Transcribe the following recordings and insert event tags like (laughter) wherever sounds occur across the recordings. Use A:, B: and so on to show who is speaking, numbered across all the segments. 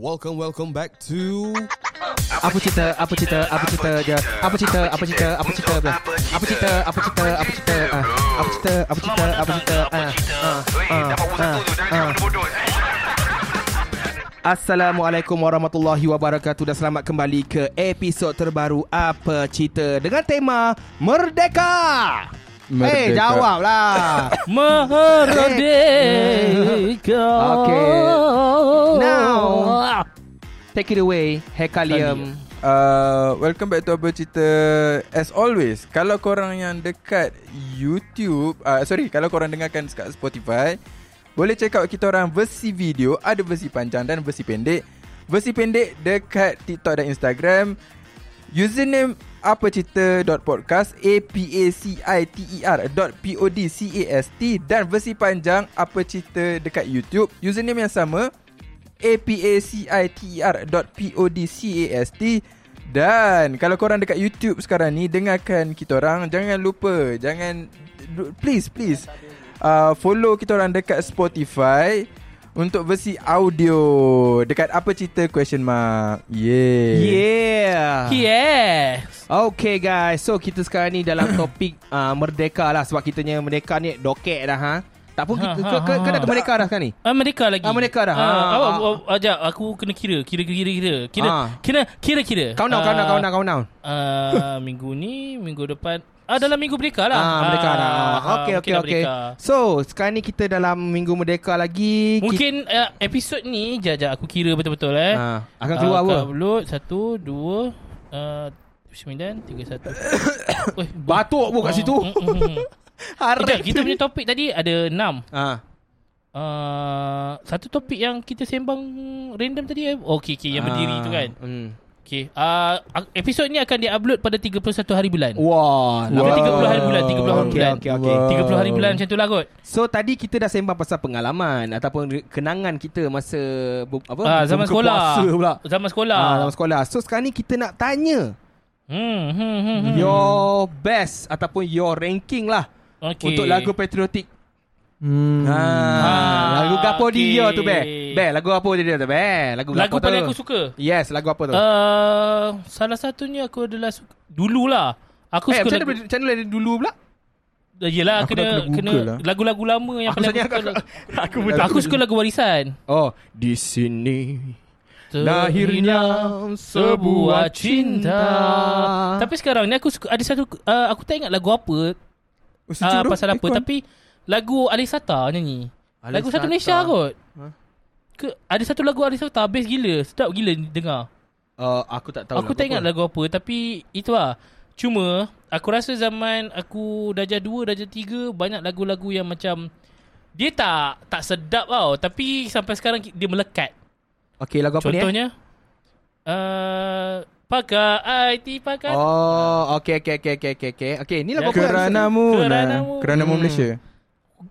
A: Welcome, welcome back to
B: Apa cerita, apa cerita, apa cerita je Apa cerita, apa cerita, apa cerita bro Apa cerita, apa cerita, apa cerita ah. Apa cerita, apa cerita, apa cerita ah, ah, ah, ah, ah. Assalamualaikum warahmatullahi wabarakatuh Dan selamat kembali ke episod terbaru Apa Cerita Dengan tema Merdeka Merdeka. Eh, (laughs) jawablah.
C: Merdeka.
B: Okay. Now. Take it away, Hekalium.
D: Uh, welcome back to Apa Cerita As always Kalau korang yang dekat YouTube uh, Sorry Kalau korang dengarkan dekat Spotify Boleh check out kita orang versi video Ada versi panjang dan versi pendek Versi pendek dekat TikTok dan Instagram Username apacita.podcast A-P-A-C-I-T-E-R E dot P-O-D-C-A-S-T Dan versi panjang Apa Cerita dekat YouTube Username yang sama A-P-A-C-I-T-E-R E dot P-O-D-C-A-S-T Dan kalau korang dekat YouTube sekarang ni Dengarkan kita orang Jangan lupa Jangan Please please uh, Follow kita orang dekat Spotify untuk versi audio Dekat apa cerita question mark Yeah
B: Yeah.
C: Yes.
B: Okay guys, so kita sekarang ni
C: (coughs)
B: dalam topik uh, merdeka lah sebab kitanya merdeka ni doket dah ha. Tak pun kita,
C: Ha,
B: kau,
C: ha,
B: kau, kau dah
C: ha.
B: merdeka dah sekarang ni.
C: Ah, merdeka lagi.
B: Ah, merdeka dah.
C: Ah,
B: Ah,
C: awak,
B: ah.
C: awak, ajak aku kena kira, kira kira kira kira. Kira
B: Ah.
C: kira kira kira.
B: Kau down, kau down, kau down, kau down.
C: Ah, minggu ni, minggu depan. Ah, dalam minggu merdeka lah.
B: Ah, merdeka dah. Ah,
C: ah,
B: okay,
C: mungkin
B: okay,
C: dah
B: okay.
C: merdeka.
B: So, sekarang ni kita dalam Minggu Merdeka lagi.
C: Mungkin uh, episod ni jajak aku kira betul-betul
B: kita,
C: eh.
B: ah, akan keluar apa?
C: Kak Belut Satu Dua uh, Sembilan Tiga satu Oi,
B: (coughs) Batuk pun kat
C: oh,
B: situ.
C: mm,
B: (laughs)
C: mm, mm. Kejap
B: Harap.
C: kita punya topik tadi Ada enam
B: Ah,
C: uh, Satu topik yang kita sembang Random tadi eh? oh, Okay okay Yang berdiri
B: Ah,
C: tu kan
B: Mm.
C: Okay uh, Episod ni akan diupload Pada 31 hari bulan
B: Wah,
C: Apa
B: lama.
C: 30 hari bulan 30
B: Okay,
C: hari bulan
B: okay, okay.
C: 30 hari bulan macam tu lah kot
B: So tadi kita dah sembang pasal pengalaman ataupun re- kenangan kita masa bu- apa
C: Ah, zaman
B: buka
C: sekolah.
B: puasa pula.
C: Zaman sekolah
B: Ah, dalam sekolah. So sekarang ni kita nak tanya
C: hmm, hmm, hmm, hmm.
B: your best ataupun your ranking lah okay.
C: okay.
B: untuk lagu patriotik.
D: Hmm.
B: Ha,
C: Ah,
B: lagu gapo
C: okay.
B: dia tu be. Be, lagu apa dia tu be? Lagu
C: Lagu
B: gapo tu.
C: paling aku suka
B: Yes, lagu apa tu?
C: Uh, salah satunya aku adalah suka, dululah. Aku
B: eh,
C: suka
B: macam
C: lagu,
B: mana, macam mana dari dulu pula?
C: yelah
D: Aku dah
C: kena
D: kena
C: kena
D: Google lah.
C: lagu-lagu lama yang
B: Aku
C: paling
B: sebenarnya
C: aku suka.
B: (laughs) aku-
C: Aku, aku, aku suka lagu warisan.
B: Oh, di sini lahirnya sebuah cinta.
C: Tapi sekarang ni aku suka ada satu uh, aku tak ingat lagu apa
D: Oh, sejuk
C: uh,
D: tu,
C: pasal apa
D: ikon.
C: tapi lagu Alisata nyanyi. Lagu satu Malaysia kot.
D: Huh?
C: Ke, ada satu lagu Alisata habis gila, sedap gila dengar.
B: Uh, aku tak tahu.
C: Aku tak ingat lagu apa Tapi itu lah Cuma Aku rasa zaman Aku darjah 2 Darjah 3 Banyak lagu-lagu yang macam Dia tak Tak sedap tau Tapi sampai sekarang Dia melekat
B: Okey, lagu apa ni? eh?
C: Contohnya uh, Pakai IT Pakai
B: Oh, okey okey okey okey okey okey. Okey, ni lagu apa?
D: Keranamu
C: Keranamu.
D: Keranamu Keranamu
B: Hmm.
D: Malaysia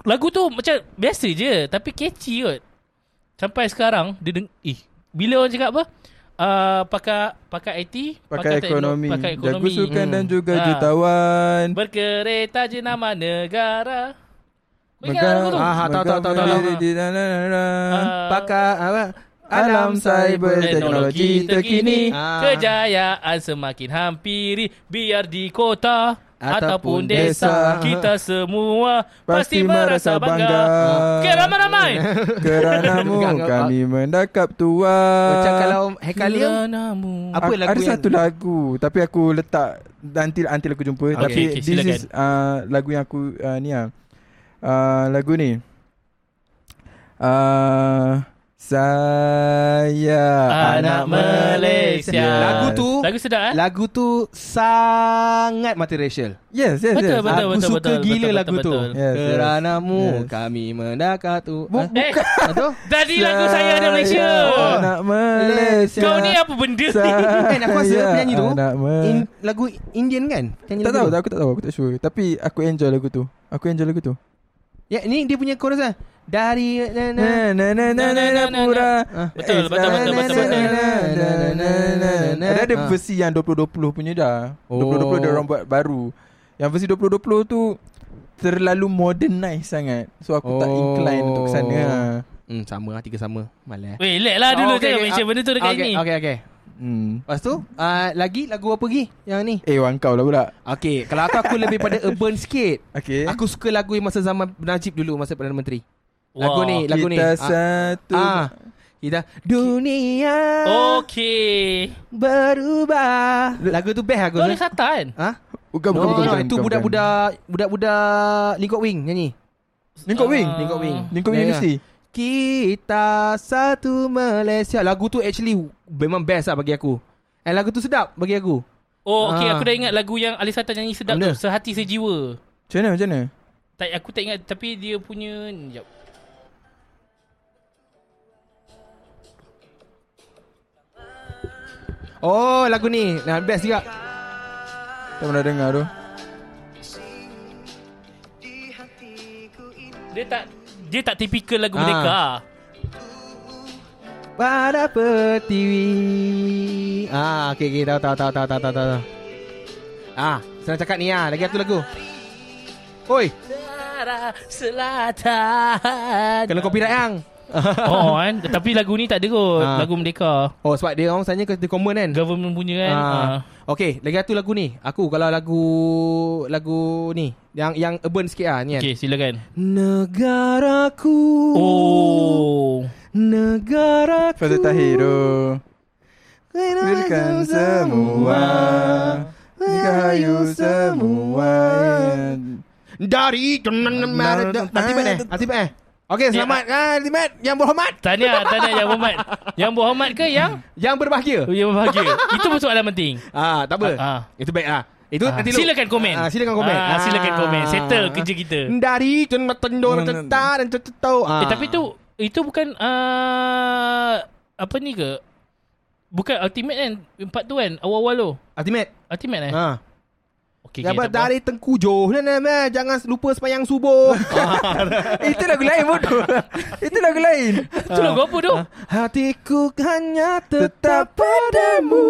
C: Lagu tu macam Biasa je Tapi catchy kot Sampai sekarang Dia deng Eh Bila orang cakap apa uh, Pakai Pakai IT
D: Pakai
C: tekno-
D: ekonomi
C: Pakai
D: Jago
C: ekonomi
D: sukan dan juga
C: Ha.
D: jutawan
C: Berkereta jenama negara. Kau ingat
D: Mega-
C: lagu tu? Ah.
B: Ah, ha, tahu, tahu, tahu, tahu.
D: Mega- di- di- di- di- di- di-
C: Uh,
B: Pakar apa?
D: Alam cyber teknologi terkini
B: Ah.
C: Kejayaan semakin hampiri Biar di kota
B: Ataupun
C: Ataupun, desa,
D: desa.
C: Kita semua Pasti, merasa bangga, Okay ramai-ramai
B: (laughs)
D: Keranamu
B: Enggak, enggak,
D: kami mendakap tua
B: Macam kalau Hekalium
C: Keranamu
B: Apa
D: apa
B: lagu
D: lagu ada
B: yang-
D: satu lagu tapi aku letak nanti nanti aku jumpa
C: Okay,
D: tapi
C: okay,
D: this
C: silakan.
D: is uh, lagu yang aku uh, ni ah. Uh, lagu ni. Uh, saya
C: Anak Malaysia
B: Lagu tu
C: Lagu sedap eh
B: Lagu tu Sangat multiracial
D: Yes, yes,
C: Betul,
D: yes.
C: betul.
B: Aku suka
C: betul,
B: gila
C: betul,
B: lagu
C: betul,
B: tu
C: betul.
D: Yes, yes.
B: Keranamu
D: Yes.
B: Kami mendakat tu
D: Bu-
B: Ah,
C: Eh (laughs)
B: Aduh
C: Tadi lagu saya ada Malaysia
D: Saya Anak Malaysia.
C: Kau ni apa benda ni
B: Kan, aku rasa
D: Saya
B: penyanyi tu
D: anak Mal-
B: In, Lagu Indian kan Penyanyi
D: Ya, tak
B: lagu
D: tahu,
B: tu.
D: aku tak tahu, aku tak sure. Tapi aku enjoy lagu tu. Aku enjoy lagu tu.
B: Ya ni dia punya chorus lah Dari na, na,
D: Na na na na na na pura.
B: Ah.
C: Betul, betul, betul, betul, betul.
D: Ada ada versi yang 2020 punya dah.
B: Oh.
D: 2020 dia orang buat baru. Yang versi 2020 tu terlalu modernized sangat. So aku tak
B: Oh.
D: incline untuk ke sana. Ah.
B: Hmm, sama lah, tiga sama. Malah. eh.
C: Weh, lag lah dulu
B: Oh, okay,
C: okay,
B: okay.
C: jangan okay, mention
B: Ah,
C: benda tu dekat
B: okay,
C: ini.
B: Okay, okay.
D: Hmm.
B: Lepas tu, uh, lagi lagu apa lagi yang ni?
D: Eh, wan kau lah pula.
B: Okay, kalau aku, aku lebih pada urban sikit.
D: Okay.
B: Aku suka lagu yang masa zaman Najib dulu, masa Perdana Menteri. Lagu
C: Wah.
B: ni, lagu ni.
D: Kita
B: Ah,
D: satu.
B: Ah, kita dunia
C: Oh. Okay.
B: berubah. Lagu tu best aku.
C: Kau ada kata kan?
B: Ha?
D: Oh, Bukan,
B: No,
D: bukan, bukan,
B: no,
D: bukan,
B: itu
D: bukan,
B: budak-budak budak-budak Lingkod Wing nyanyi.
D: Lingkod Wing?
C: Ah.
B: Lingkod Wing.
D: bukan. Lingkup
B: Ya, ya.
D: University.
B: Kita satu Malaysia. Lagu tu actually memang best lah bagi aku. Eh lagu tu sedap bagi aku.
C: Oh, okay.
B: Ah.
C: Aku dah ingat lagu yang Alisa Tan nyanyi sedap
B: Benda.
C: tu. Sehati Sejiwa.
D: Macam mana, macam mana?
C: Tak, aku tak ingat. Tapi dia punya... Sekejap.
B: Oh lagu ni nah, best juga.
D: Tak pernah dengar tu.
C: Dia tak... Dia tak tipikal lagu
B: Ah.
C: Merdeka. ah.
B: Pada petiwi. Ah okey okey tahu tahu tahu tahu tahu tahu. tahu. Ah, senang cakap ni ah. Lagi satu lagu. Oi,
C: Utara Selatan.
B: kena copyright yang.
C: Oh kan Tapi lagu ni tak ada kot
B: Ah.
C: Lagu Merdeka
B: Oh sebab dia orang sebenarnya kena common kan.
C: Government punya kan
B: Ah.
C: ah.
B: Okay, lagi satu lagu ni. Aku kalau lagu lagu ni yang yang urban sikit ah ni kan.
C: Okay silakan
B: Negaraku.
C: Oh
B: Negaraku.
D: Fazil Tahir tu. Berikan
B: Berikan
D: semua. Jika hayu semua.
B: dari Atibat eh. Atibat eh. Okey, selamat ah Atibat yang berhormat,
C: Tahniah Tahniah yang berhormat Yang berhormat ke yang
B: yang berbahagia.
C: Yang berbahagia Itu pun soalan penting
B: Ah, tak apa.
C: Ah, ah.
B: Itu baik ah. Itu
C: Ah,
B: nanti lu-
C: silakan komen.
B: Ah, Hmm. silakan komen.
C: Ah, silakan komen. Settle kerja kita.
B: Dari tun tendor
D: Hmm.
B: tetar dan tetau.
C: eh, Tapi tu Itu bukan uh, Apa ni ke Bukan ultimate kan Part tu kan Awal-awal tu
B: ultimate.
C: Ultimate eh
B: Ha.
C: Okay,
B: Jabat
C: tak apa. (laughs)
B: dari tengkujuh. Nah, nah, nah, jangan lupa semayang (laughs) subuh.
D: Itu lagu lain
B: (laughs)
D: bodoh. Itu lagu lain.
C: Itu lagu apa
B: Ah.
C: tu
B: Hatiku hanya
D: Tetap padamu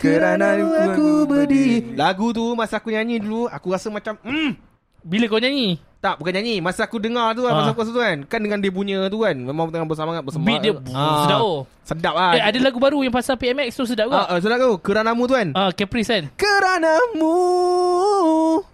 D: kerana aku berdiri.
B: Lagu tu masa aku nyanyi dulu aku rasa macam mm.
C: Bila kau nyanyi
B: tak bukan nyanyi masa aku dengar tu
C: Ah.
B: ha. masa aku rasa tu kan kan dengan dia punya tu kan memang tengah bersemangat bersemangat.
C: Beat dia
B: Ah.
C: Sedap oh
B: Sedap ah.
C: Eh ada lagu baru yang pasal PMX tu sedap
B: ah, ah,
C: ke?
B: sedap tu keranamu tu kan.
C: Ah Caprice kan?
B: Keranamu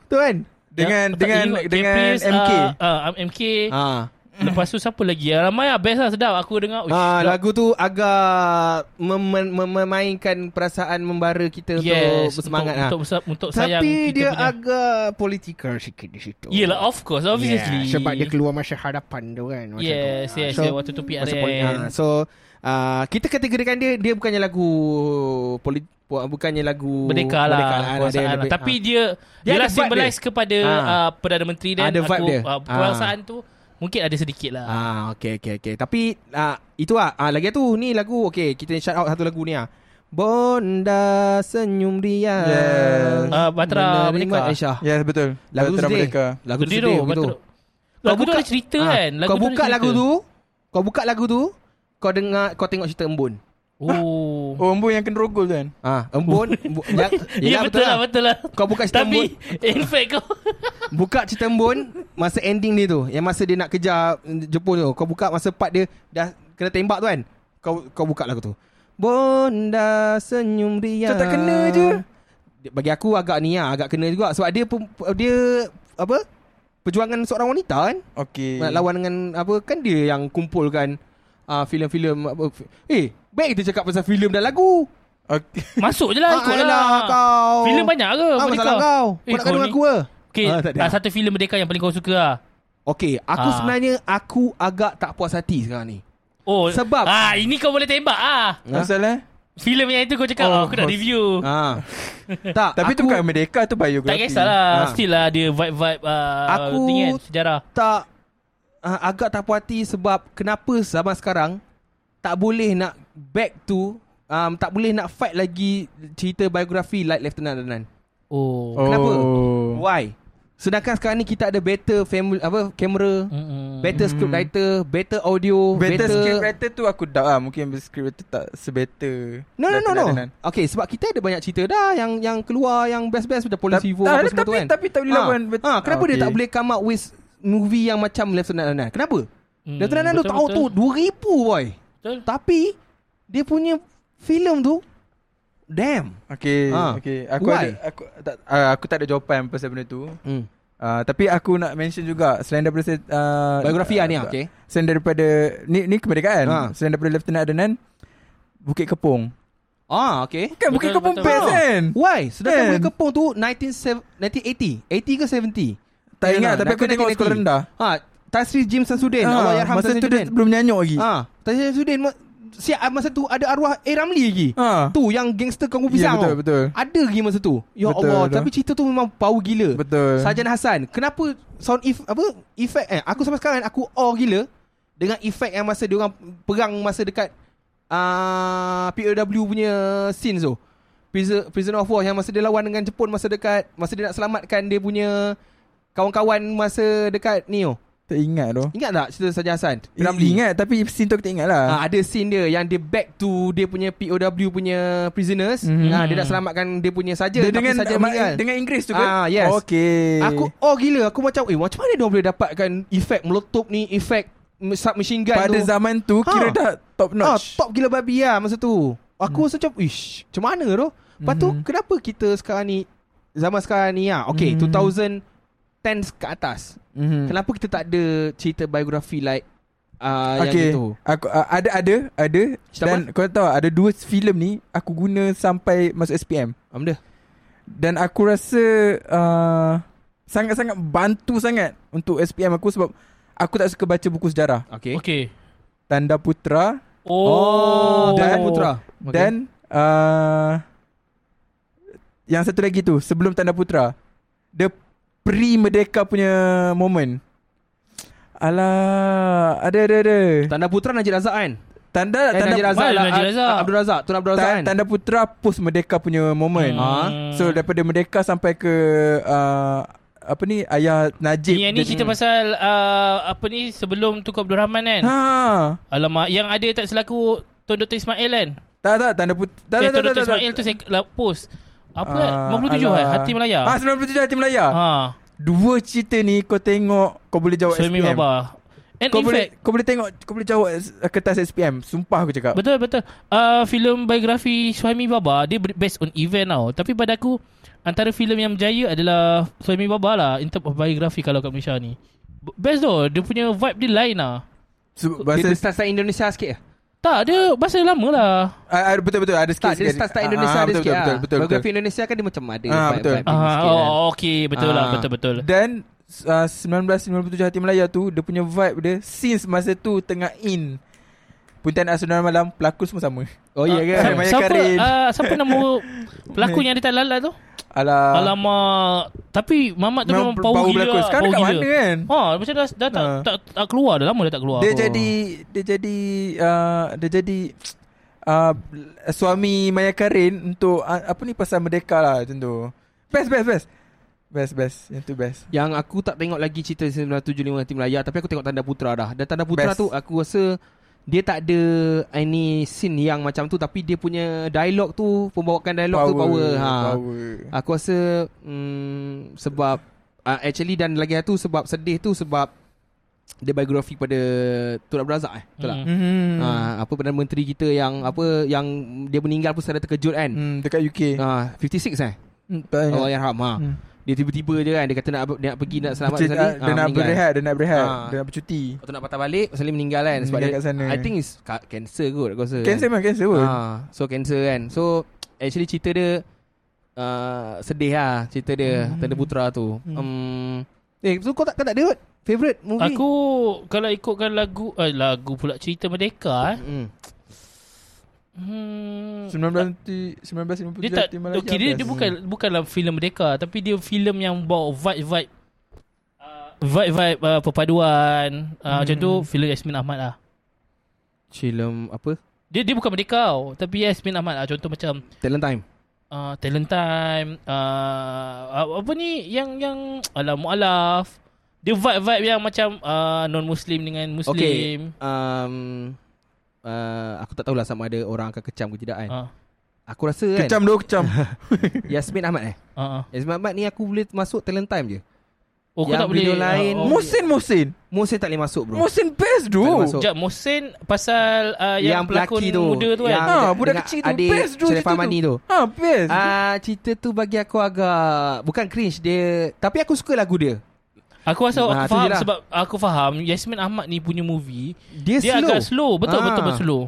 B: tu kan.
D: Dengan
C: Tak
D: dengan
C: ingat.
D: dengan
C: Caprice,
D: MK.
C: ah, ah, MK.
B: Ah.
C: Lepas tu siapa lagi? Ah, ramai lah best lah sedap aku dengar. Uish,
B: Ah,
C: sedap.
B: lagu tu agak mem- mem- memainkan perasaan membara kita
C: Yes,
B: untuk bersemangat ah.
C: untuk, untuk, untuk, untuk sayang
B: Tapi
C: kita
B: dia
C: punya.
B: agak political sikit di situ.
C: Yelah of course obviously.
B: Yeah, sebab dia keluar masa hadapan tu kan. macam
C: Yes,
B: tu. Ah,
C: yes,
B: so,
C: yes, waktu tu
B: masa poli- ah,
C: PRN.
B: so uh, kita kategorikan dia dia bukannya lagu polit bukannya lagu
C: Merdeka lah,
B: merdeka
C: kuasaan
B: Dia
C: lah.
B: lebih-
C: Tapi
B: ah.
C: dia,
B: Dia
C: dia
B: ada
C: lah
B: vibe
C: symbolize
B: dia.
C: kepada
B: Ah.
C: ah, Perdana Menteri dan
B: Ada vibe
C: aku,
B: dia.
C: ah,
B: Ah.
C: kuasaan tu mungkin ada sedikit lah.
B: Ah, okey okey okey. Tapi ah itu ah, ah lagi tu ni lagu okey kita shout out satu lagu ni ah. Bonda senyum dia.
D: Yes.
C: Ah, Batera
B: Menerima
C: Merdeka.
B: Aisyah.
D: Yes Ya, betul.
B: Lagu tu
D: Bahtera
B: sedih.
D: Merdeka.
B: Lagu tu
C: Sedih
B: sedih
C: tu,
B: gitu.
C: betul. Lagu tu ada cerita
B: ah,
C: kan. Lagu
B: kau
C: tu ada
B: buka
C: cerita.
B: lagu tu, kau buka lagu tu, kau dengar kau tengok cerita embun.
C: Oh.
D: Oh, Embu yang kena rogol tu kan.
B: Ah, embun.
C: (laughs)
B: bu, (laughs) ya,
C: Ya
B: yelah,
C: betul lah Betul lah
B: Kau buka cerita
C: Tapi
B: embun.
C: (laughs) In fact kau
B: Buka cerita embun masa ending dia tu, yang masa dia nak kejar mm, Jepun tu. Kau buka masa part dia dah kena tembak tu kan. Kau kau buka lagu tu. Bonda senyum ria.
D: Tu tak kena je.
B: Dia- Bagi aku agak ni lah, agak kena juga sebab dia pem- dia apa? Perjuangan seorang wanita kan.
C: Eh.
D: Okey.
B: Nak lawan dengan apa kan dia yang kumpulkan uh, filem-filem apa fi- eh baik kita cakap pasal filem dan lagu. Ah,
D: Okey.
C: Masuk je lah Ikut lah
B: alah, kau.
C: Filem banyak ke
B: Ah, masalah kau.
C: Eh,
B: Kau nak kandung aku ke?
C: Okay
B: Ah, tak ada.
C: ah, Satu filem Merdeka Yang paling kau suka lah
B: Okey, aku
C: Ah.
B: sebenarnya aku agak tak puas hati sekarang ni.
C: Oh
B: Sebab-
C: ah, Ini kau boleh tembak ah.
D: Pasal eh?
C: Filem yang itu kau cakap
D: Oh,
C: oh, Aku nak
D: of course.
C: review
B: (laughs) Ha. tak,
D: Tapi
B: aku
D: tu bukan Merdeka tu biografi.
C: Tak kisahlah
B: Ah.
C: Still lah dia vibe-vibe ah,
B: Aku-
C: thing kan, Sejarah
B: tak uh, agak tak puas hati sebab kenapa zaman sekarang tak boleh nak back to um, tak boleh nak fight lagi cerita biografi like Lieutenant Danan.
C: Oh, oh.
D: Oh.
B: Kenapa? Why? Sedangkan sekarang ni kita ada better family apa kamera, better script writer, better audio, Hmm.
D: Better,
B: better,
D: script writer tu aku doubt lah Mungkin script writer tak sebetter
B: No no no no.
D: Danan-danan.
B: Okay sebab kita ada banyak cerita dah yang yang keluar yang best-best dah
D: Ta-
B: polisi apa
D: tak,
B: semua
D: Ah, tapi,
B: tu kan.
D: tapi tak boleh
B: Ah,
D: lawan
B: ah, kenapa
D: Ah,
B: dia
D: okey.
B: tak boleh come up with movie yang macam Lieutenant Danan? Kenapa?
C: Hmm,
B: Dia tenang tu
C: betul,
B: tahun tu
C: betul.
B: 2000 boy.
C: Betul.
B: Tapi dia punya filem tu damn.
D: Okay,
B: Ah.
D: okay. Aku
B: Why?
D: ada aku tak uh, aku tak ada jawapan pasal benda tu.
B: Hmm.
D: Uh, tapi aku nak mention juga selain daripada se- uh,
B: Biografi ah ni ah,
D: uh,
B: okey.
D: Selain daripada ni ni kemerdekaan.
B: Ha.
D: Selain daripada Lieutenant Adnan Bukit Kepong.
B: Ah, okay. Ah,
D: Kan
C: Betul,
D: Bukit Kepong
C: betul.
D: best kan?
B: Why?
D: Kan?
B: Sedangkan Bukit Kepong tu 1970 1980 80 ke 70
D: Tak ingat, tapi aku
B: Sedangkan
D: tengok
B: 1980.
D: sekolah rendah.
B: Ha Tasri Jim Samsudin
D: Ah,
B: Allah yarham
D: masa
B: Tasri
D: tu dia
B: Samsudin.
D: belum nyanyuk lagi.
B: Ha Tasri Samsudin ma- Siap ah, masa tu ada arwah A Ramli lagi
D: Ha.
B: Tu yang gangster kamu
D: Ya,
B: pisang
D: betul,
B: tau.
D: betul.
B: Ada lagi masa tu Ya
D: Betul,
B: Allah
D: betul.
B: Tapi cerita tu memang bau gila
D: Betul.
B: Sarjan Hasan Kenapa sound if, apa Effect eh Aku sampai sekarang Aku awe gila Dengan effect yang masa Diorang perang Masa dekat uh, POW punya Scene tu Prison, Prison of War Yang masa dia lawan dengan Jepun Masa dekat Masa dia nak selamatkan Dia punya Kawan-kawan Masa dekat ni oh.
D: Tak ingat tu.
B: Ingat tak cerita Sarjan Hasan
D: Ramli. Eh, Ingat tapi scene tu aku tak ingat lah.
B: Ah, ada scene dia yang dia back to dia punya POW punya prisoners.
D: Mhm.
B: Mm-hmm. Ah, dia nak selamatkan dia punya saja
D: Dia
B: tapi
D: dengan
B: saja meninggal.
D: dengan Inggeris tu
B: Ah,
D: kan?
B: yes.
D: Okay.
B: Aku oh gila aku macam eh macam mana dia boleh dapatkan efek meletup ni efek m- submachine gun
D: pada
B: tu.
D: zaman tu
B: Ha.
D: kira dah
B: ah,
D: top notch. Hmm.
B: top gila babi lah masa tu. Aku rasa macam ish macam mana tu? Lepas tu
D: Mhm.
B: kenapa kita sekarang ni zaman sekarang ni ah okay
D: Mhm.
B: 2010 ke atas.
D: Mhm.
B: Kenapa kita tak ada cerita biografi like uh, yang
D: Okay.
B: itu?
D: Aku uh, ada ada ada
B: Cerita
D: dan kau tahu tak, ada dua filem ni aku guna sampai masuk SPM
B: Amda.
D: dan aku rasa uh, sangat-sangat bantu sangat untuk SPM aku sebab aku tak suka baca buku sejarah.
B: Okay.
C: Okay.
D: Tanda Putra
C: Oh,
B: Dan Putra.
D: okay. dan uh, yang satu lagi tu sebelum Tanda Putra. The pre merdeka punya moment. Alah, ada ada ada.
B: Tanda Putra Najib Razak kan?
D: Tanda
B: Eh, Najib
D: tanda
B: Razak
C: Mana
B: lah.
C: Najib
B: Ah,
C: Razak?
B: Abdul Razak, Tun Abdul Razak
D: Ta-
B: kan?
D: Tanda Putra post Merdeka punya moment.
C: Hmm.
B: Ah.
D: Ha? So daripada Merdeka sampai ke uh, apa ni ayah Najib.
C: Ni yang ni cerita pasal uh, apa ni sebelum Tunku Abdul Rahman kan.
D: Ha.
C: Alamak yang ada tak selaku Tuan Dr Ismail kan.
D: Tak tak Tanda Putra. Tak tak
C: eh, Tuan
D: tak
C: Dr
D: tak.
C: Ismail
D: tak.
C: tu saya lah, post.
D: Ah,
C: Apa uh, 57 eh
D: alah.
C: Hati Melaya.
D: Ah 97 Hati Melaya.
C: Ha.
D: Dua cerita ni kau tengok kau boleh jawab
C: Soimi
D: SPM.
C: Baba. And
D: Kau
C: in
D: boleh
C: fact,
D: kau boleh tengok kau boleh jawab s- kertas SPM. Sumpah aku cakap.
C: Betul betul. Uh, filem biografi Suhaimi Baba dia ber- based on event tau. Tapi pada aku antara filem yang berjaya adalah Suhaimi Baba lah in term of biografi kalau kat Malaysia ni. B- Best tu. Dia punya vibe dia lain lah.
B: Dia
D: Su- bahasa
B: ada style-style Indonesia sikit lah.
C: Tak, dia bahasa lama lah.
D: ah, ah, betul betul ada sikit.
B: Tak, dia ada
D: sikit.
B: style-style
D: Ah,
B: Indonesia
D: ah,
B: ada
D: betul,
B: sikit
D: betul,
B: lah.
D: betul betul
B: Biografi
D: betul.
B: Indonesia kan dia macam ada.
D: Ah,
B: vibe-
D: betul.
B: vibe dia
C: Ah,
B: sikit kan.
C: oh, okey, betul lah,
B: Ah.
C: betul betul.
D: Dan uh, 1997 Hati Melaya tu Dia punya vibe dia Since masa tu Tengah in Puntian Asunan Malam Pelakon semua sama
B: Oh, iya ke?
D: Sam-
C: Siapa,
D: Maya
C: Ah, siapa,
D: Karin.
C: uh, siapa nama pelakon yang dia tak lalat tu?
D: Alah
C: Alamak. Tapi Mamat tu
D: Ah.
C: memang
D: Memang
C: power
D: bau
C: gila.
D: berlakon.
C: lah,
D: Sekarang
C: power
D: kat
C: gila.
D: mana kan?
C: Ha, macam dah, dah tak,
D: Ah.
C: tak, tak, keluar. Dah lama dah tak keluar.
D: Dia jadi Dia jadi uh, Dia jadi uh, Suami Maya Karin Untuk uh, Apa ni pasal Merdeka lah Macam tu Best best best Best best Yang tu best
B: Yang aku tak tengok lagi cerita 975 Tim Melaya Tapi aku tengok Tanda Putra dah Dan Tanda Putra
D: Best.
B: tu aku rasa Dia tak ada Any scene yang macam tu Tapi dia punya dialog tu Pembawakan dialog tu power ha.
D: power.
B: Aku rasa mm, Sebab uh, Actually dan lagi satu Sebab sedih tu sebab Dia biografi pada Tun Abdul Razak eh Betul tak?
C: Hmm.
D: Hmm.
B: Hmm. apa Perdana Menteri kita yang apa yang dia meninggal pun saya dah terkejut kan.
D: hmm. Dekat UK
B: Hmm. 56 eh.
D: hmm, tak ingat.
B: Allah yarham ha.
D: Hmm.
B: Dia tiba-tiba je kan dia kata nak dia nak pergi nak selamat
D: Dia, dia, dia nak berehat Dia nak berehat
B: Ah.
D: Dia nak bercuti
B: Lepas tu nak patah balik pasal dia meninggal kan sebab
D: Meninggal
B: dia,
D: kat sana.
B: I think is ca- cancer kot aku rasa.
D: Cancel memang cancel pun
B: Ha, so cancer kan. So actually cerita dia uh, sedih lah cerita dia Tanda Putra tu. Hmm. Um, eh so kau tak kau tak ada kot favorite movie?
C: Aku kalau ikutkan lagu eh, lagu pula cerita Merdeka eh.
B: Hmm.
C: Hmm.
D: 19 1957
C: Dia tak
D: Tim Malaya
C: okay, dia,
D: best.
C: dia bukan bukanlah filem Merdeka tapi dia filem yang bawa vibe-vibe uh, vibe-vibe uh, perpaduan uh, hmm. macam tu filem Yasmin Ahmad lah.
B: Film apa?
C: Dia dia bukan Merdeka tau, tapi Yasmin Ahmad lah contoh macam
B: Talent Time.
C: uh, Talent Time uh, uh, apa ni yang yang ala mualaf. Dia vibe-vibe yang macam uh, non muslim dengan
B: Okay.
C: muslim.
B: Um, uh, aku tak tahulah sama ada orang akan kecam ke tidak kan.
C: Ah.
B: Aku rasa kan
D: Kecam
B: (laughs)
D: doh kecam
B: Yasmin Ahmad eh.
C: Ah. ah.
B: Yasmin Ahmad ni aku boleh masuk talent time je.
C: Oh kau
B: Yang
C: tak boleh
B: video lain,
C: oh, oh.
D: Musin Musin
B: Musin tak boleh masuk bro
D: Musin
B: Tak boleh
D: best doh
B: masuk.
C: Sekejap Mohsin Pasal uh, Yang, yang pelakon
B: lelaki
C: tu, muda tu
B: yang
C: kan
D: Ha,
B: de-
D: budak
B: dengan
D: kecil tu,
B: adik
D: best tu
B: Sharifah
D: cerita tu.
B: Mani tu
D: Ha best
B: Ah, cerita tu bagi aku agak bukan cringe dia, tapi aku suka lagu dia.
C: Aku rasa aku
B: Ah, tu
C: faham
B: je lah.
C: Sebab aku faham Yasmin Ahmad ni punya movie
B: Dia,
C: Dia
B: slow.
C: agak slow Betul
B: Ah.
C: betul betul slow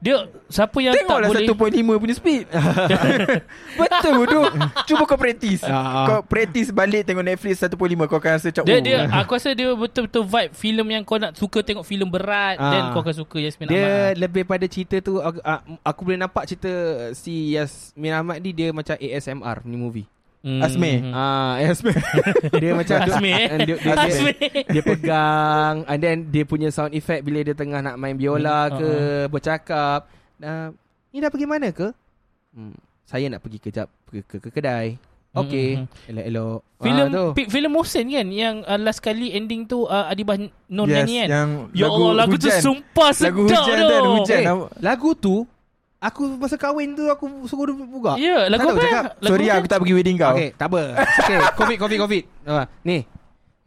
C: Dia Siapa yang tak
D: Tengoklah
C: boleh
D: 1.5 punya
B: (laughs)
D: speed Betul tu Cuba kau practice
B: Ah.
D: Kau practice balik Tengok Netflix 1.5 Kau akan rasa macam
C: dia,
D: oh.
C: dia ah, Aku rasa dia betul-betul vibe Filem yang kau nak suka Tengok filem berat
B: Ah.
C: Then kau akan suka Yasmin
B: Dia
C: Ahmad
B: lebih pada cerita tu aku, ah, aku boleh nampak cerita si Yasmin Ahmad ni dia macam ASMR punya movie.
C: Hmm. (laughs)
D: Azmi.
C: Hmm.
B: Ah, ASMR.
C: (laughs)
B: dia macam
C: Azmi, eh?
B: (laughs) dia, dia,
C: Azmi.
B: dia, dia pegang and then dia punya sound effect bila dia tengah nak main biola
C: Hmm,
B: ke bercakap. Nah, ni dah pergi mana ke? Hmm, saya nak pergi kejap ke, ke, ke kedai. Okey,
C: Hmm,
B: elok-elok. Ah,
C: Filem
B: tu.
C: pi, Filem Mohsin kan Yang uh, last kali ending tu uh, Adibah Nur
D: Yes,
C: nyanyi kan
D: yang
C: Ya
D: lagu
C: Allah lagu tu
D: hujan.
C: sumpah sedap
D: Lagu hujan
C: tu.
D: kan, hujan.
B: Eh,
D: Nama-
B: lagu tu Aku masa kahwin tu Aku suruh dia buka
C: Ya, lagu
B: Tak tahu
C: apa?
B: cakap.
C: Lagu
D: Sorry
C: hujan.
D: aku tak pergi wedding kau
B: Okay tak apa okay,
C: (laughs)
B: Covid covid covid ah, Ni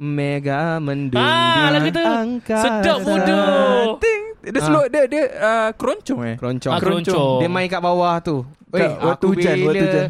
B: Mega mendung
C: Ah, lagu tu. Sedap bodoh.
D: Ting. Dia slow Dia dia uh, keroncong eh
B: Keroncong
C: Ah, keroncong.
B: Dia main kat bawah tu Oi,
D: Kat- waktu
B: aku
D: hujan,
B: bila-
D: waktu hujan.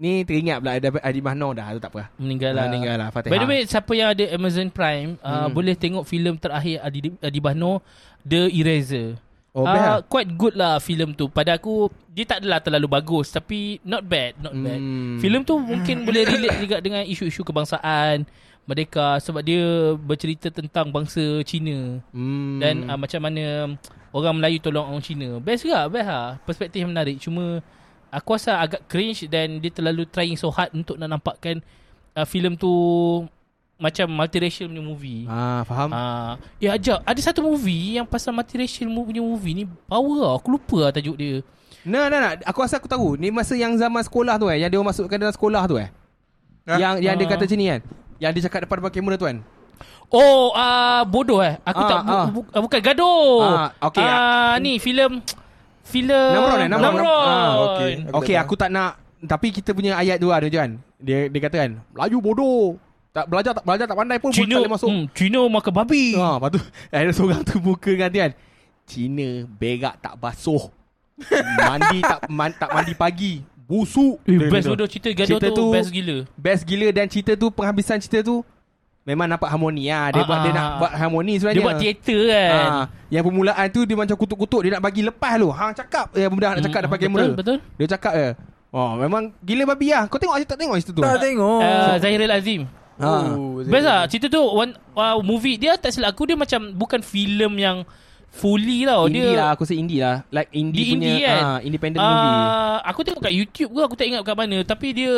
B: Ni teringat pula Ada Adi Mahno dah Tu tak apa
C: Meninggal lah.
B: Ah, meninggal Hmm. lah, Fatihah.
C: By the way, siapa yang ada Amazon Prime, uh, boleh tengok filem terakhir Adi, Adi Bahno, The Eraser.
B: Oh,
C: Ah,
B: best lah.
C: Quite good lah filem tu. Pada aku, dia tak adalah terlalu bagus. Tapi not bad, not bad.
B: Hmm.
C: Filem tu mungkin boleh relate juga dengan isu-isu kebangsaan, merdeka. Sebab dia bercerita tentang bangsa Cina.
B: hmm.
C: Dan uh, macam mana orang Melayu tolong orang Cina. Best juga, best lah. Perspektif yang menarik. Cuma aku rasa agak cringe dan dia terlalu trying so hard untuk nak nampakkan uh, filem tu macam multiracial punya movie.
B: ah,
C: Ah.
B: Faham
C: ya ajak ada satu movie yang pasal multiracial mu- punya movie ni power lah. Aku lupa lah tajuk dia.
B: Nah nah nah Aku rasa aku tahu Ni masa yang zaman sekolah tu eh Yang dia orang masukkan dalam sekolah tu eh
D: Ah.
B: Yang yang dia
C: Ah.
B: kata macam ni kan Yang dia cakap depan-depan kamera tu kan
C: Oh, ah bodoh eh. Aku
B: Ah,
C: tak bu-
B: ah.
C: bu- ah, bukan gaduh.
B: Ah, okey,
C: Ah, ni filem filem
B: Namron eh, Namron.
C: Ah,
B: Ah,
D: okey.
B: Okay aku tak nak Tapi kita punya ayat tu ada je kan Dia, dia kata kan Melayu bodoh tak belajar tak belajar tak pandai pun
C: Cina,
B: tak boleh masuk.
C: hmm, Cina makan babi.
B: Ha, lepas tu ada seorang tu muka ganti kan. Cina berak tak basuh. mandi tak man, tak mandi pagi. Busuk.
C: Eh,
B: Dia
C: best
B: kata.
C: bodoh cerita gaduh
B: Cerita
C: tu,
B: tu-
C: best gila.
B: Best gila dan cerita tu penghabisan cerita tu memang nampak harmoni ah. Dia
C: Ah,
B: buat dia
C: ah,
B: nak
C: ah.
B: buat harmoni
C: Dia
B: sebenarnya.
C: buat teater kan.
B: Ah, yang permulaan tu dia macam kutuk-kutuk dia nak bagi lepas lu. Hang cakap eh benda nak cakap
C: Hmm,
B: depan
C: betul,
B: kamera.
C: Betul.
B: Dia cakap je Oh memang gila babi lah Kau tengok aja tak tengok situ tu Oh.
D: Tak tengok
B: Eh,
C: Uh, Zahiril Azim.
B: ha.
D: Oh,
C: Best lah cerita tu one, uh, movie dia tak silap aku dia macam bukan filem yang fully tau.
B: Indie
C: Oh, dia
B: lah Aku rasa indie lah Like indie
C: Dia
B: punya
C: indie kan?
B: ah, Independent
C: Ah,
B: movie
C: Aku tengok kat YouTube ke aku tak ingat kat mana tapi dia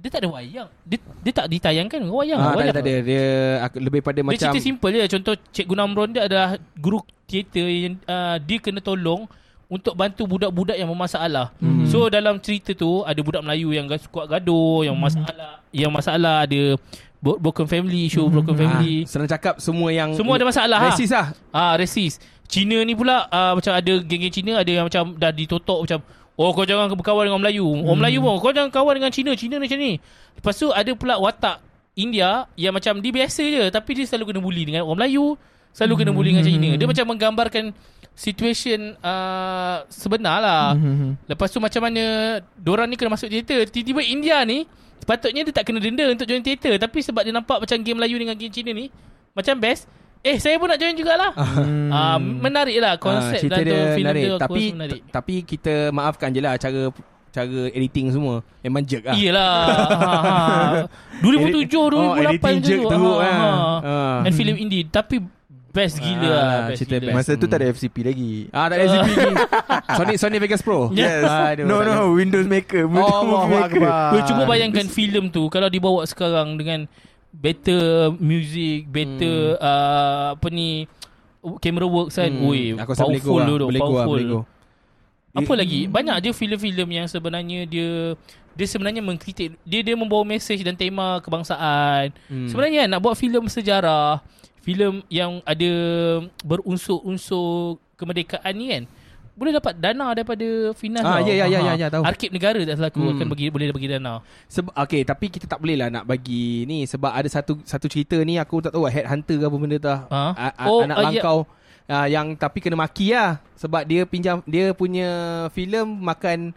C: dia tak ada wayang. Dia, dia tak ditayangkan ke wayang.
B: Ah,
C: wayang.
B: tak ada, tak ada. Dia aku, lebih pada
C: Dia
B: macam
C: cerita simple je Contoh Cikgu Namron dia adalah Guru teater yang uh, Dia kena tolong Untuk bantu budak-budak yang bermasalah
B: Mhm.
C: hmm. So dalam cerita tu Ada budak Melayu yang gas- kuat gaduh
B: Mhm.
C: Yang masalah Yang masalah ada bo- Broken family Issue broken family
B: Ah, senang cakap semua yang
C: Semua ada masalah, ha?
B: Resis lah.
C: Ah resis Cina ni pula uh, Macam ada geng-geng Cina Ada yang macam Dah ditotok macam Oh kau jangan berkawan dengan Melayu Oh Melayu pun Kau jangan kawan dengan Cina Cina ni macam ni Lepas tu ada pula watak India Yang macam dia biasa je Tapi dia selalu kena bully dengan orang Melayu Selalu kena bully dengan Cina Dia macam menggambarkan Situation uh, Sebenar lah Lepas tu macam mana Diorang ni kena masuk teater Tiba-tiba India ni Sepatutnya dia tak kena denda Untuk join teater Tapi sebab dia nampak Macam game Melayu dengan game Cina ni Macam best Eh saya pun nak join jugalah
D: Hmm.
C: Ah, menarik lah konsep
B: Ah, cerita
C: dalam tu filem
B: menarik.
C: tu aku
B: tapi
C: rasa menarik.
B: t- tapi kita maafkan je lah cara cara editing semua. Memang jerk lah.
C: Iyalah.
B: (laughs)
C: ha, ha. 2007
B: Oh,
C: 2008
B: editing
C: macam
B: jerk
C: tu.
B: teruk
C: Ha,
B: lah.
C: ha.
B: Ah.
C: And filem indie tapi best
B: Ah,
C: gila lah, best
B: cerita
C: gila.
B: best.
D: Masa tu tak ada FCP lagi
B: Ah, tak ada
C: (laughs)
B: ZP. Sony Sony Vegas Pro.
D: Yes
B: Aduh,
D: No
B: tak
D: no Windows Maker
B: Allah
D: Windows Maker
B: Akbar.
C: Kau cuba bayangkan filem tu kalau dibawa sekarang dengan better music, better ah, apa ni camera works kan.
B: Hmm,
C: Ui,
B: aku rasa boleh go
C: powerful
B: lah.
C: tu,
B: Boleh go lah,
C: powerful.
B: boleh go.
C: Apa lagi? Banyak je filem-filem yang sebenarnya dia dia sebenarnya mengkritik dia dia membawa mesej dan tema kebangsaan. Hmm. Sebenarnya kan, nak buat filem sejarah, filem yang ada berunsur-unsur kemerdekaan ni kan. boleh dapat dana daripada Finas
B: Ah,
C: tau.
B: ya, ya, ya,
C: Ha.
B: ya, ya, tahu.
C: Arkib negara tak salah aku
B: Hmm.
C: akan bagi boleh bagi dana.
B: Sebab okay, tapi kita tak boleh lah nak bagi ni sebab ada satu satu cerita ni aku tak tahu lah, headhunter ke apa benda tu.
C: Ha?
B: Ha? A- a-
C: Oh,
B: anak
C: ah, ya.
B: langkau uh, yang tapi kena maki lah sebab dia pinjam dia punya filem makan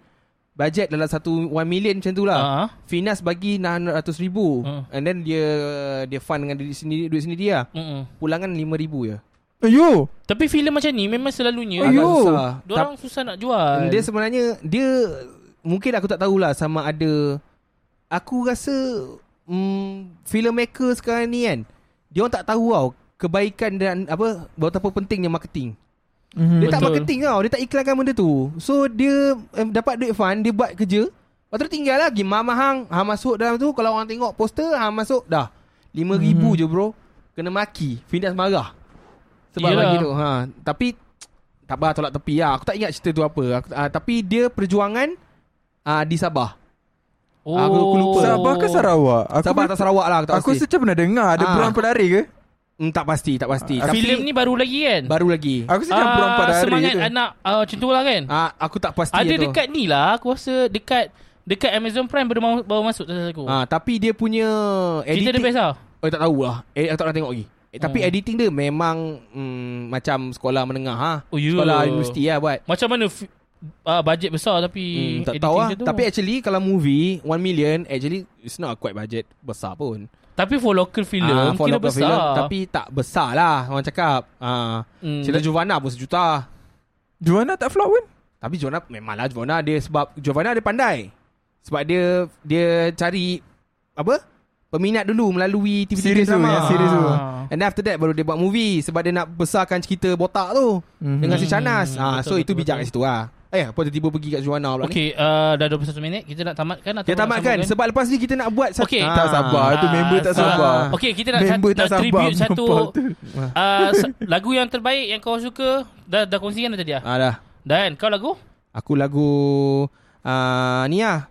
B: bajet dalam satu 1 million macam tu lah.
C: Ha.
B: Finas bagi 900 ribu
C: Ha.
B: And then dia Dia fund dengan diri sendiri, duit sendiri lah
C: Mm-mm.
B: Pulangan 5 ribu je
D: Ayo.
C: Tapi filem macam ni memang selalunya
B: Agak
D: Ayuh.
B: susah.
C: Diorang susah nak jual.
B: Oh, Dia sebenarnya Dia Mungkin aku tak tahulah Sama ada Aku rasa mm, Filmmaker sekarang ni kan Dia orang tak tahu tau Kebaikan dan Apa Betapa pentingnya marketing
D: Mm-hmm.
B: Dia tak
C: Betul.
B: marketing tau Dia tak iklankan benda tu So dia eh, Dapat duit fund Dia buat kerja Lepas tu tinggal lagi Mama Hang Hang masuk dalam tu Kalau orang tengok poster Hang masuk dah RM5,000 hmm. je bro Kena maki Findas marah Sebab
C: Yelah.
B: bagi tu ha. Tapi Tak apa tolak tepi lah Aku tak ingat cerita tu apa aku, uh, Tapi dia perjuangan uh, Di Sabah
C: oh.
B: aku- aku lupa.
D: Sabah ke Sarawak? Aku
B: Sabah atau Sarawak lah Aku tak
D: Aku
B: pasti
D: sejak pernah dengar ada
B: Ah.
D: perang pelari ke?
B: hmm, Tak pasti Tak pasti
D: Ah,
B: Tapi
C: Filem ni baru lagi kan?
B: Baru lagi
D: Aku sejak
C: Ah,
D: perang pelari
C: Semangat
D: tu.
C: anak ah, macam tu lah kan?
B: uh, Aku tak pasti
C: Ada
B: tu.
C: dekat ni lah Aku rasa dekat Dekat Amazon Prime baru, ma- baru masuk tak salah aku
B: Ah, Tapi dia punya
C: Cerita dia
B: editing-
C: best lah
B: Oh tak tahulah eh, Aku tak pernah tengok lagi eh, Tapi
C: Hmm.
B: editing dia memang mm, Macam sekolah menengah ha?
C: Oh, ya.
B: Sekolah universiti lah buat
C: Macam mana fi- ah, Bajet besar tapi
B: Hmm, tak
C: editing
B: tahu lah
C: dia tu.
B: Tapi actually Kalau movie 1 million Actually It's not quite budget Besar pun
C: Tapi for local film
B: Ah, for
C: Kira
B: local
C: besar
B: film, Tapi tak besar lah Orang cakap ah,
C: Hmm.
B: Cerita Giovanna pun sejuta
D: Juana tak flop pun?
B: Tapi Giovanna Memanglah Giovanna dia Sebab Giovanna dia pandai Sebab dia Dia cari Apa Peminat dulu Melalui TV-TV
D: Series tu,
B: drama
D: yang series tu.
C: Ah.
B: And after that Baru dia buat movie Sebab dia nak besarkan cerita botak tu
D: Mhm.
B: Dengan si Chanas ha, So
C: Hmm, betul, betul,
B: itu
C: betul.
B: bijak kat situ lah Eh apa tiba-tiba pergi kat Juana pula ni
C: Okay uh, Dah 21 minit Kita nak tamatkan atau
B: Dia
C: nak
B: tamat kan
C: sambungkan?
B: Sebab lepas ni kita nak buat satu-
C: Okey.
B: Ah.
D: Tak sabar. Ah, tu member tak
C: so-
D: sabar.
C: Okay kita nak,
D: Member
C: sat-
D: tak
C: nak
D: sabar
C: tribute satu
D: perempuan tu.
C: uh, sa- Lagu yang terbaik Yang kau suka Dah, dah kongsikan dah tadi lah
B: Ah, dah
C: Dan kau lagu
B: Aku lagu uh, Ni lah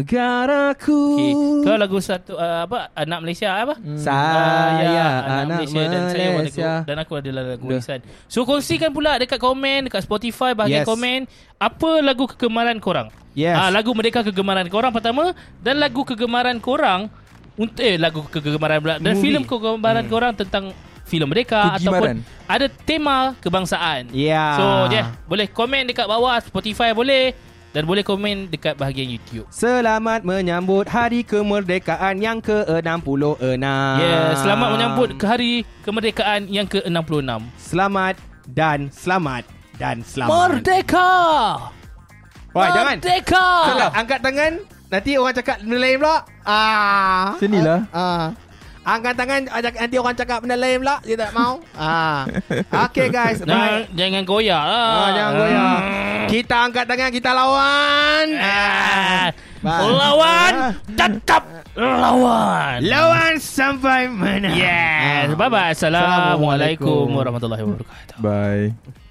B: Negaraku
C: okay. Kau lagu satu uh, Apa Anak Malaysia apa Ah, ya,
B: Saya Hmm. ya. anak Malaysia,
C: dan saya warna
B: Malaysia.
C: kulit- Dan aku adalah lagu
B: Dah.
C: Ihsan So kongsikan pula dekat komen Dekat Spotify bahagian
B: Yes.
C: komen Apa lagu kegemaran korang
B: Yes.
C: Ah, Lagu mereka kegemaran korang pertama Dan lagu kegemaran korang untuk Eh lagu kegemaran pula
B: Movie.
C: Dan
B: Hmm.
C: filem kegemaran korang tentang filem mereka
D: Kegemaran.
C: Ataupun ada tema kebangsaan
B: Ya.
C: So je Boleh komen dekat bawah Spotify boleh Dan boleh komen dekat bahagian YouTube
B: Selamat menyambut Hari Kemerdekaan yang ke-66
C: Ya, yeah, selamat menyambut ke hari kemerdekaan yang ke-66.
B: Selamat dan selamat dan selamat
C: Merdeka!
B: Wah, jangan
C: Merdeka!
B: Salah. Angkat tangan Nanti orang cakap benda lain pula ah,
D: Sinilah.
B: ah. Angkat tangan ah, cakap- Nanti orang cakap benda lain pula Dia tak mau ah. Okay guys
C: Jangan,
B: Bye
C: jangan goyak lah.
B: ah, Jangan goyang Kita angkat tangan Kita lawan ah.
C: Ah.
B: Bye.
C: Lawan tetap
B: Ah.
C: lawan.
B: Lawan sampai menang
C: Yes. Bye bye. Assalamualaikum
B: Assalamualaikum.
C: warahmatullahi wabarakatuh.
D: Bye.